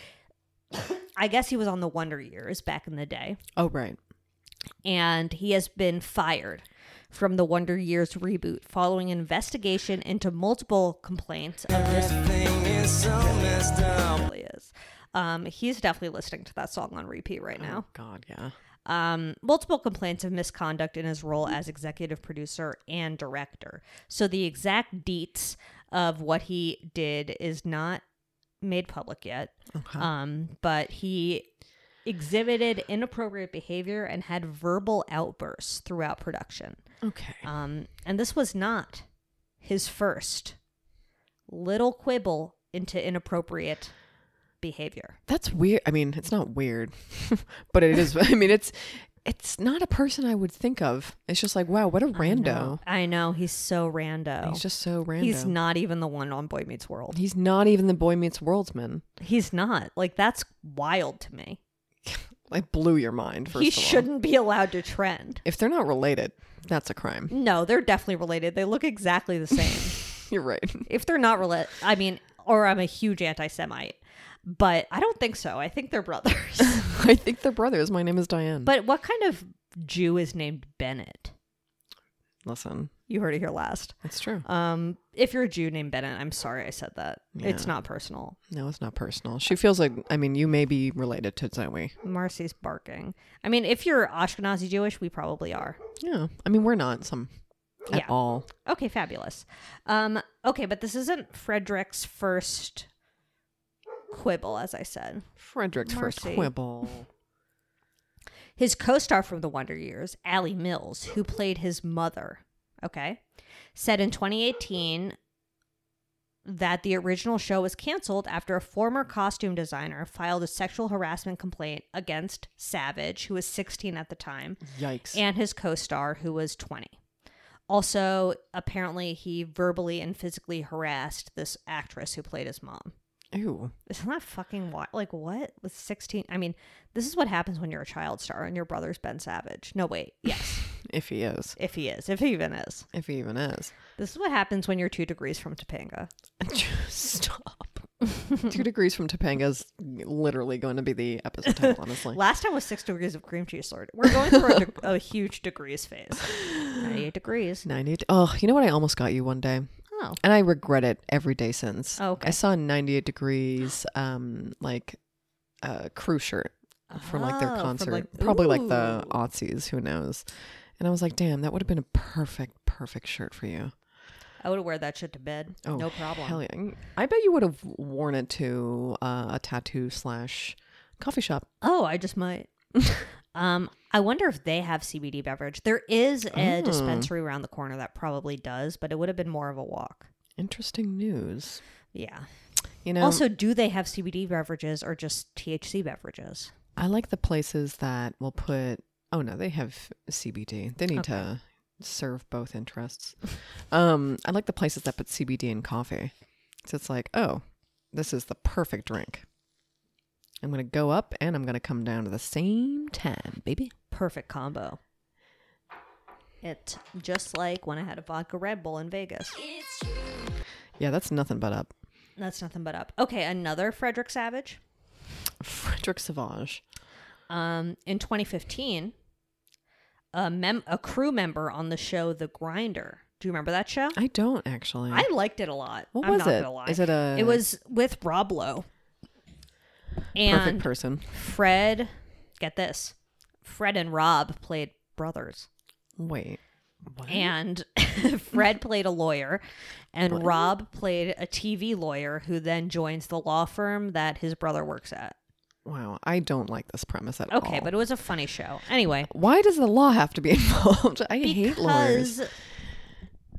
Speaker 3: I guess he was on the Wonder Years back in the day,
Speaker 2: Oh right.
Speaker 3: and he has been fired from the Wonder Years reboot following an investigation into multiple complaints of really is. Um, he's definitely listening to that song on repeat right now.
Speaker 2: God, yeah.
Speaker 3: Um, multiple complaints of misconduct in his role as executive producer and director. So the exact deets of what he did is not made public yet. Um, but he exhibited inappropriate behavior and had verbal outbursts throughout production.
Speaker 2: Okay.
Speaker 3: Um, and this was not his first little quibble into inappropriate behavior.
Speaker 2: That's weird. I mean, it's not weird, but it is. I mean, it's it's not a person I would think of. It's just like, wow, what a rando.
Speaker 3: I know he's so rando.
Speaker 2: He's just so rando.
Speaker 3: He's not even the one on Boy Meets World.
Speaker 2: He's not even the Boy Meets Worldsman.
Speaker 3: He's not. Like that's wild to me.
Speaker 2: I blew your mind. First
Speaker 3: he
Speaker 2: of all.
Speaker 3: shouldn't be allowed to trend.
Speaker 2: If they're not related, that's a crime.
Speaker 3: No, they're definitely related. They look exactly the same.
Speaker 2: You're right.
Speaker 3: if they're not related, I mean, or I'm a huge anti-Semite, but I don't think so. I think they're brothers.
Speaker 2: I think they're brothers. My name is Diane.
Speaker 3: but what kind of Jew is named Bennett?
Speaker 2: listen,
Speaker 3: You heard it here last.
Speaker 2: it's true.
Speaker 3: Um, if you're a Jew named Bennett, I'm sorry I said that. It's not personal.
Speaker 2: No, it's not personal. She feels like. I mean, you may be related to Zoe.
Speaker 3: Marcy's barking. I mean, if you're Ashkenazi Jewish, we probably are.
Speaker 2: Yeah. I mean, we're not some at
Speaker 3: Yeah.
Speaker 2: all.
Speaker 3: Okay, fabulous. Um, okay, but this isn't Frederick's first quibble, as I said.
Speaker 2: Frederick's
Speaker 3: Mercy.
Speaker 2: first quibble.
Speaker 3: His co star from The Wonder Years, Allie Mills, who played his mother, okay, said in 2018 that the original show was canceled after a former costume designer filed a sexual harassment complaint against Savage, who was 16 at the time,
Speaker 2: Yikes.
Speaker 3: and his co star, who was 20. Also, apparently, he verbally and physically harassed this actress who played his mom.
Speaker 2: Ew.
Speaker 3: Isn't that fucking wild? Like, what? With 16? I mean, this is what happens when you're a child star and your brother's Ben Savage. No, wait. Yes,
Speaker 2: If he is.
Speaker 3: if he is, if he even is.
Speaker 2: If he even is.
Speaker 3: This is what happens when you're two degrees from Topanga.
Speaker 2: Stop. Two degrees from Topanga is literally going to be the episode title, honestly.
Speaker 3: Last time was six degrees of cream cheese sword. We're going through a, de- a huge degrees phase. 98 degrees.
Speaker 2: 90. Oh, you know what? I almost got you one day.
Speaker 3: Oh.
Speaker 2: And I regret it every day since.
Speaker 3: Oh, okay.
Speaker 2: I saw a 98 degrees, um, like uh, crew shirt from like their
Speaker 3: Oh, from,
Speaker 2: concert,
Speaker 3: like-
Speaker 2: probably like the
Speaker 3: ooh.
Speaker 2: Aussies, who knows? And I was like, damn, that would have been a perfect, perfect shirt for you.
Speaker 3: I would wear that shit to bed.
Speaker 2: Oh,
Speaker 3: no problem.
Speaker 2: Hell yeah. I bet you would have worn it to uh, a tattoo slash coffee shop.
Speaker 3: Oh, I just might. um, I wonder if they have CBD beverage. There is a
Speaker 2: Oh.
Speaker 3: dispensary around the corner that probably does, but it would have been more of a walk.
Speaker 2: Interesting news.
Speaker 3: Yeah.
Speaker 2: You know,
Speaker 3: also, do they have CBD beverages or just THC beverages?
Speaker 2: I like the places that will put. Oh no, they have CBD. They need to serve both interests. um, I like the places that put CBD in coffee. So it's like, oh, this is the perfect drink. I'm gonna go up and I'm gonna come down to the same time, baby.
Speaker 3: Perfect combo. It just like when I had a vodka Red Bull in Vegas.
Speaker 2: Yeah, that's nothing but up.
Speaker 3: That's nothing but up. Okay, another Frederick Savage.
Speaker 2: Frederick Savage.
Speaker 3: Um, in 2015, a mem a crew member on the show The Grinder. Do you remember that show?
Speaker 2: I don't actually.
Speaker 3: I liked it a lot.
Speaker 2: What
Speaker 3: I'm
Speaker 2: was
Speaker 3: not
Speaker 2: it?
Speaker 3: Gonna lie.
Speaker 2: Is it a-
Speaker 3: It was with Rob Lowe.
Speaker 2: perfect
Speaker 3: And
Speaker 2: person.
Speaker 3: Fred, get this. Fred and Rob played brothers.
Speaker 2: Wait. What?
Speaker 3: And Fred played a lawyer, and Rob played a TV lawyer who then joins the law firm that his brother works at.
Speaker 2: Wow, I don't like this premise at all.
Speaker 3: Okay, but it was a funny show. Anyway,
Speaker 2: why does the law have to be involved? I hate lawyers.
Speaker 3: because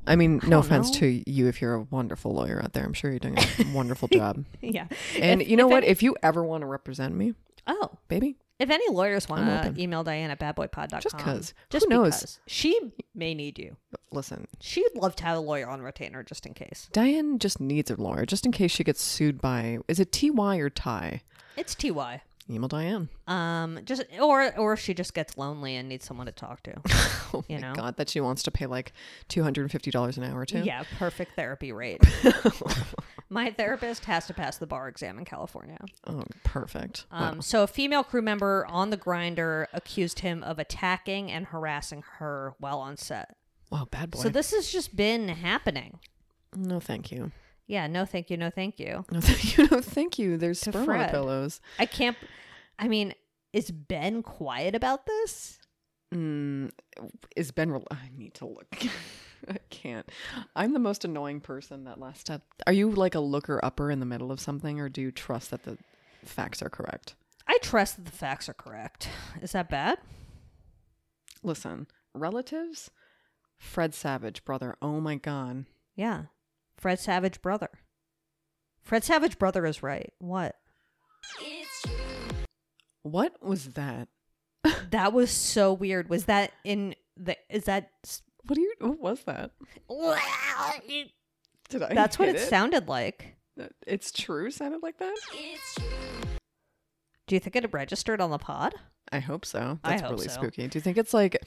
Speaker 2: I mean, no
Speaker 3: don't
Speaker 2: offense
Speaker 3: know.
Speaker 2: to you if you're a wonderful lawyer out there. I'm sure you're doing a wonderful job.
Speaker 3: yeah.
Speaker 2: And
Speaker 3: If-
Speaker 2: you know
Speaker 3: if
Speaker 2: what?
Speaker 3: any-
Speaker 2: If you ever want to represent me,
Speaker 3: oh,
Speaker 2: baby,
Speaker 3: if any lawyers want
Speaker 2: open.
Speaker 3: to email Diane at badboypod.com,
Speaker 2: Just 'cause.
Speaker 3: just
Speaker 2: Who knows?
Speaker 3: because she may need you.
Speaker 2: listen,
Speaker 3: She'd love to have a lawyer on retainer just in case.
Speaker 2: Diane just needs a lawyer just in case she gets sued by is it TY or Ty?
Speaker 3: It's TY.
Speaker 2: Email Diane.
Speaker 3: Um, just or or if she just gets lonely and needs someone to talk to.
Speaker 2: Oh
Speaker 3: You
Speaker 2: my
Speaker 3: know.
Speaker 2: god, that she wants to pay like two hundred and fifty dollars an hour to.
Speaker 3: yeah, perfect therapy rate. My therapist has to pass the bar exam in California.
Speaker 2: Oh, perfect.
Speaker 3: Um, so a female crew member on the grinder accused him of attacking and harassing her while on set.
Speaker 2: wow. wow, bad boy.
Speaker 3: So this has just been happening.
Speaker 2: no, thank you.
Speaker 3: Yeah, no, thank you, no, thank you.
Speaker 2: No, thank you. No, thank you. There's
Speaker 3: To
Speaker 2: sperm on
Speaker 3: Fred.
Speaker 2: the pillows.
Speaker 3: I can't. I mean, is Ben quiet about this?
Speaker 2: Mm, is Ben? Rel- I need to look. I can't. I'm the most annoying person. That last step. Are you like a looker upper in the middle of something, or do you trust that the facts are correct?
Speaker 3: I trust that the facts are correct. Is that bad?
Speaker 2: Listen, relatives. Fred Savage, brother. Oh my god.
Speaker 3: Yeah. Fred Savage brother. Fred Savage brother is right. What?
Speaker 2: What was that?
Speaker 3: That was so weird. Was that in the is that
Speaker 2: What do you? What was that? Did I?
Speaker 3: That's what
Speaker 2: hit
Speaker 3: it sounded like.
Speaker 2: That- It's true. Sounded like that.
Speaker 3: Do you think it registered on the pod?
Speaker 2: I hope so.
Speaker 3: I
Speaker 2: That's
Speaker 3: hope
Speaker 2: really
Speaker 3: so.
Speaker 2: spooky. Do you think it's like?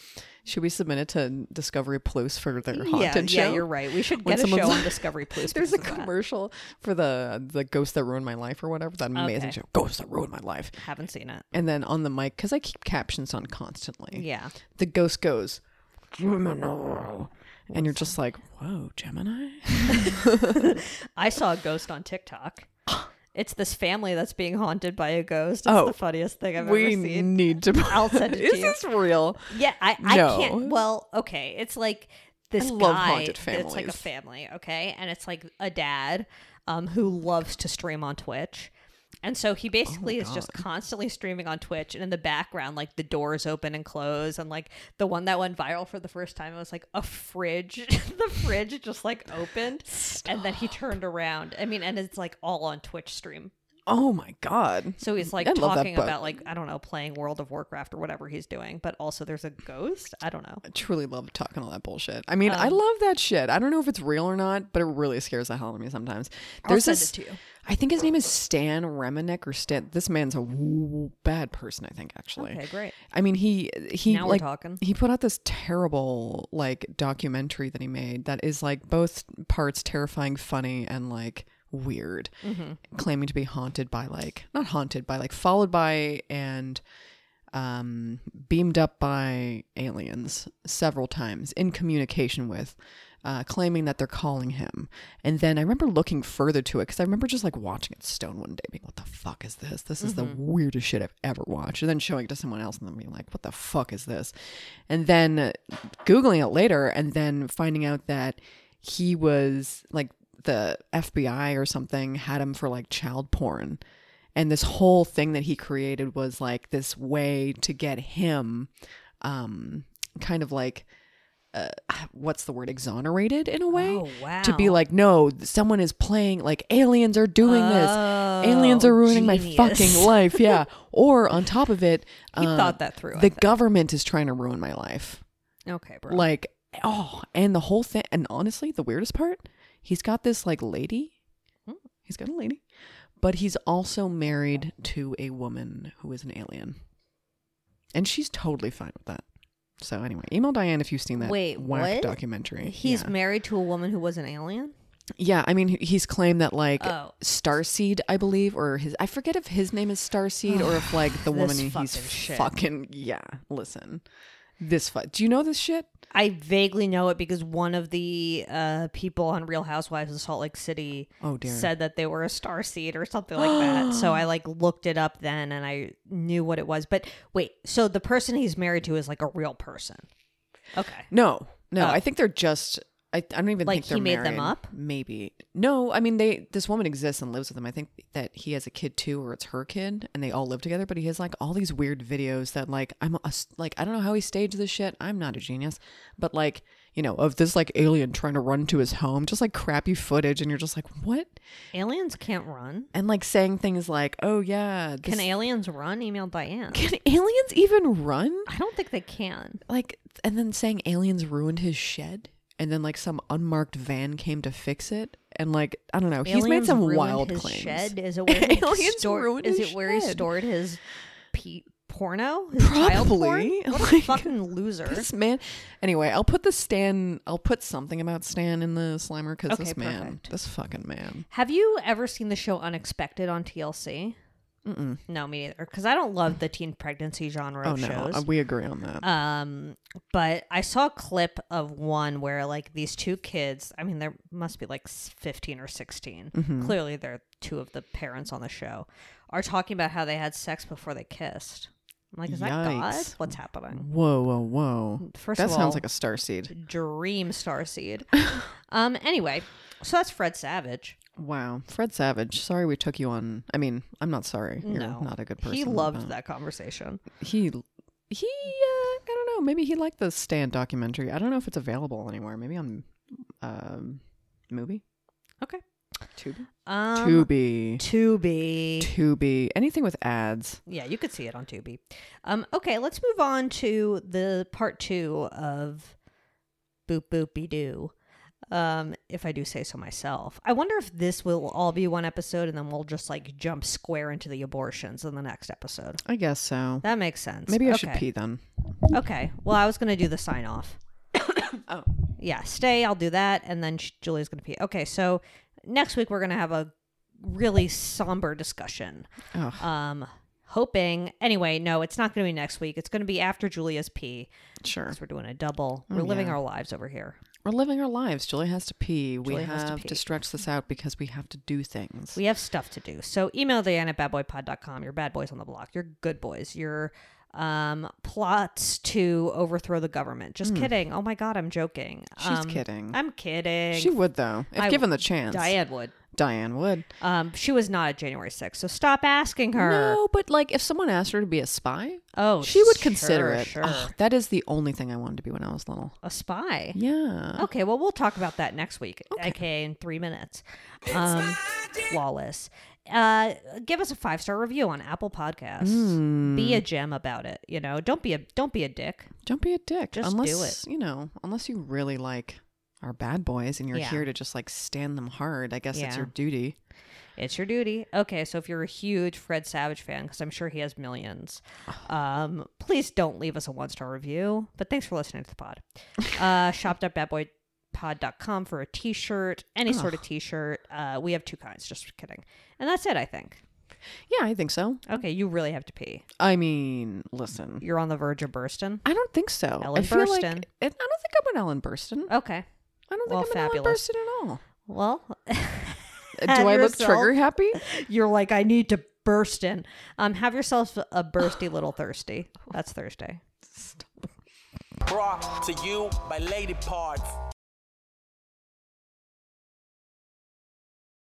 Speaker 2: Should we submit it to Discovery Plus for their
Speaker 3: yeah,
Speaker 2: haunted show?
Speaker 3: yeah, you're right. We should
Speaker 2: When
Speaker 3: get a
Speaker 2: someone's
Speaker 3: show on
Speaker 2: like-
Speaker 3: Discovery Plus.
Speaker 2: There's a
Speaker 3: because of that.
Speaker 2: commercial for the the ghost that ruined my life or whatever. That amazing
Speaker 3: Okay.
Speaker 2: show, Ghost that ruined my life.
Speaker 3: Haven't seen it.
Speaker 2: And then on the mic, because I keep captions on constantly.
Speaker 3: Yeah.
Speaker 2: The ghost goes, Gemini, and you're just like, whoa, Gemini.
Speaker 3: I saw a ghost on TikTok. It's this family that's being haunted by a ghost. It's
Speaker 2: Oh.
Speaker 3: the funniest thing I've
Speaker 2: we
Speaker 3: ever seen.
Speaker 2: need to.
Speaker 3: I'll send it to
Speaker 2: Is
Speaker 3: you.
Speaker 2: this real?
Speaker 3: Yeah, I, I
Speaker 2: No.
Speaker 3: can't. Well, okay, it's like this
Speaker 2: love
Speaker 3: guy.
Speaker 2: haunted
Speaker 3: It's like a
Speaker 2: families.
Speaker 3: family, okay, and it's like a dad, um, who loves to stream on Twitch, and so
Speaker 2: Oh
Speaker 3: he basically is just constantly streaming on Twitch, and in the background, like the doors open and close, and like the one that went viral for the first time, it was like a fridge. the fridge just like opened, and then he turned around. I mean, and it's like all on Twitch stream.
Speaker 2: Oh my god.
Speaker 3: So he's like
Speaker 2: I love that
Speaker 3: talking
Speaker 2: book.
Speaker 3: about like I don't know playing World of Warcraft or whatever he's doing, but also there's a ghost. I don't know.
Speaker 2: I truly love talking all that bullshit. I mean,
Speaker 3: Um,
Speaker 2: I love that shit. I don't know if it's real or not, but it really scares the hell out of me sometimes. There's
Speaker 3: send
Speaker 2: this,
Speaker 3: it to you.
Speaker 2: I think his name is Stan Remenek or Stan. This man's a w- bad person, I think. Actually,
Speaker 3: Okay, great.
Speaker 2: I mean, he he
Speaker 3: Now we're
Speaker 2: like
Speaker 3: talking.
Speaker 2: he put out this terrible like documentary that he made that is like both parts terrifying, funny, and like weird,
Speaker 3: Mm-hmm.
Speaker 2: claiming to be haunted by like not haunted by like followed by and um, beamed up by aliens several times in communication with, uh, claiming that they're calling him. And then I remember looking further to it because I remember just like watching it stone one day, being, "What the fuck is this? This is the weirdest shit I've ever watched." And then showing it to someone else and then being like, "What the fuck is this?" And then uh, googling it later and then finding out that he was like the FBI or something had him for like child porn. And this whole thing that he created was like this way to get him um kind of like uh, what's the word exonerated in a way
Speaker 3: Oh,
Speaker 2: to be
Speaker 3: wow.
Speaker 2: like no someone is playing like aliens are doing this aliens are ruining
Speaker 3: Oh, genius.
Speaker 2: my fucking life yeah or on top of it
Speaker 3: He
Speaker 2: uh,
Speaker 3: thought that through. I
Speaker 2: the
Speaker 3: think.
Speaker 2: government is trying to ruin my life
Speaker 3: okay, bro.
Speaker 2: like oh and the whole thing and honestly the weirdest part he's got this like lady
Speaker 3: Hmm.
Speaker 2: he's got a lady but he's also married to a woman who is an alien and she's totally fine with that so anyway email diane if you've seen that
Speaker 3: Wait,
Speaker 2: whack
Speaker 3: what?
Speaker 2: documentary
Speaker 3: He's
Speaker 2: yeah.
Speaker 3: married to a woman who was an alien.
Speaker 2: yeah i mean he- he's claimed that like
Speaker 3: Oh.
Speaker 2: starseed i believe or his i forget if his name is starseed or if like the woman
Speaker 3: This
Speaker 2: he's
Speaker 3: fucking shit.
Speaker 2: fucking yeah listen this fu- do you know this shit
Speaker 3: I vaguely know it because one of the uh, people on Real Housewives of Salt Lake City
Speaker 2: Oh, dear.
Speaker 3: said that they were a star seed or something like that. So I like looked it up then and I knew what it was. But wait, so the person he's married to is like a real person. Okay.
Speaker 2: No, no.
Speaker 3: Oh.
Speaker 2: I think they're just. I, I don't even
Speaker 3: Like,
Speaker 2: think they're
Speaker 3: he made them
Speaker 2: married.
Speaker 3: up?
Speaker 2: Maybe no. I mean, they this woman exists and lives with them. I think that he has a kid too, or it's her kid, and they all live together. But he has like all these weird videos that like I'm a, s- like I don't know how he staged this shit. I'm not a genius, but like you know of this like alien trying to run to his home, just like crappy footage, and you're just like what?
Speaker 3: Aliens can't run.
Speaker 2: And like saying things like, oh yeah, this,
Speaker 3: Can aliens run? Email Diane.
Speaker 2: can aliens even run?
Speaker 3: I don't think they can.
Speaker 2: like and then saying aliens ruined his shed and then like some unmarked van came to fix it and like i don't know he's made
Speaker 3: Aliens
Speaker 2: some
Speaker 3: ruined
Speaker 2: wild
Speaker 3: his
Speaker 2: claims
Speaker 3: Shed? Is it where he
Speaker 2: Aliens
Speaker 3: stored?
Speaker 2: ruined
Speaker 3: is
Speaker 2: his
Speaker 3: it where he
Speaker 2: shed.
Speaker 3: stored his pe- porno? His child porn?
Speaker 2: Probably.
Speaker 3: What a
Speaker 2: Like,
Speaker 3: fucking loser.
Speaker 2: this man anyway i'll put the stan i'll put something about stan in the slimer because
Speaker 3: Okay,
Speaker 2: this man
Speaker 3: perfect.
Speaker 2: this fucking man
Speaker 3: Have you ever seen the show Unexpected on TLC? Mm-mm. No, me neither. Because I don't love the teen pregnancy genre
Speaker 2: oh
Speaker 3: of
Speaker 2: no
Speaker 3: shows.
Speaker 2: uh, we agree on that
Speaker 3: um, but I saw a clip of one where like these two kids. I mean, there must be like s- fifteen or 16
Speaker 2: Mm-hmm.
Speaker 3: Clearly, they're two of the parents on the show are talking about how they had sex before they kissed. I'm like, is that God?
Speaker 2: Yikes.
Speaker 3: What's happening?
Speaker 2: whoa whoa whoa
Speaker 3: First
Speaker 2: that
Speaker 3: of all-
Speaker 2: sounds like a star seed
Speaker 3: Dream starseed. um. Anyway, so that's Fred Savage.
Speaker 2: wow fred savage sorry we took you on i mean i'm not sorry you're
Speaker 3: no,
Speaker 2: not a good person
Speaker 3: He loved
Speaker 2: but-
Speaker 3: that conversation.
Speaker 2: he he uh, i don't know maybe he liked the stand documentary i don't know if it's available anywhere maybe on um movie
Speaker 3: Okay.
Speaker 2: tubi
Speaker 3: Um,
Speaker 2: tubi
Speaker 3: Tubi.
Speaker 2: tubi anything with ads
Speaker 3: Yeah, you could see it on Tubi. Um, okay, let's move on to the part two of Boop Boopy Doo. Um, if I do say so myself, I wonder if this will all be one episode, and then we'll just like jump square into the abortions in the next episode.
Speaker 2: i guess so
Speaker 3: That makes sense.
Speaker 2: maybe i should
Speaker 3: Okay.
Speaker 2: pee then
Speaker 3: Okay. Well, I was gonna do the sign off.
Speaker 2: oh
Speaker 3: yeah, stay. I'll do that, and then sh- Julie's gonna pee. Okay, so next week we're gonna have a really somber discussion.
Speaker 2: Ugh.
Speaker 3: Um, hoping. Anyway, no, it's not gonna be next week. It's gonna be after Julia's pee
Speaker 2: sure
Speaker 3: because we're doing a double.
Speaker 2: Oh,
Speaker 3: We're living our lives over here.
Speaker 2: we're living our lives julie has to pee we
Speaker 3: Julie has to
Speaker 2: have to,
Speaker 3: pee.
Speaker 2: stretch this out because we have to do things
Speaker 3: We have stuff to do. So email Diane at badboypod.com. You're bad boys on the block. You're good boys. You're um plots to overthrow the government. Just kidding. Oh my god, I'm joking.
Speaker 2: Hmm. She's
Speaker 3: Um,
Speaker 2: kidding.
Speaker 3: I'm kidding.
Speaker 2: she would though if
Speaker 3: I-
Speaker 2: given the chance
Speaker 3: Diane would.
Speaker 2: diane would
Speaker 3: Um, she was not a January 6th, so stop asking her.
Speaker 2: no but like if someone asked her to be a spy
Speaker 3: Oh,
Speaker 2: she would
Speaker 3: sure,
Speaker 2: consider it
Speaker 3: Sure.
Speaker 2: Ugh, that is the only thing i wanted to be when i was little
Speaker 3: A spy.
Speaker 2: yeah
Speaker 3: Okay, well, we'll talk about that next week, aka in three minutes. Um, flawless. Uh, give us a five star review on Apple Podcasts. Be a gem about it. You know, don't be a don't be a dick.
Speaker 2: Don't be a dick.
Speaker 3: Just do
Speaker 2: unless, you know, unless you really like our bad boys and you're
Speaker 3: Yeah.
Speaker 2: here to just like stand them hard, I guess
Speaker 3: Yeah.
Speaker 2: it's your duty.
Speaker 3: It's your duty. Okay, so if you're a huge Fred Savage fan, because I'm sure he has millions, um, please don't leave us a one star review. But thanks for listening to the pod. Uh, shop.badboy pod.com for a t-shirt, any sort of t-shirt. Uh, we have two kinds, just kidding. And that's it, I think.
Speaker 2: Yeah, I think so.
Speaker 3: Okay, you really have to pee.
Speaker 2: I mean, listen,
Speaker 3: You're on the verge of bursting.
Speaker 2: I don't think so.
Speaker 3: Ellen
Speaker 2: I feel like-
Speaker 3: Burstyn.
Speaker 2: I don't think I'm an Ellen Burstyn.
Speaker 3: Okay.
Speaker 2: I don't think
Speaker 3: well,
Speaker 2: I'm an Ellen
Speaker 3: fabulous.
Speaker 2: Burstyn at all.
Speaker 3: Well,
Speaker 2: Uh,
Speaker 3: Have
Speaker 2: Do I look
Speaker 3: yourself.
Speaker 2: trigger happy?
Speaker 3: you're like, I need to burst in. Um, have yourself a bursty little thirsty. That's Thursday.
Speaker 1: Brought to you by Lady Parts.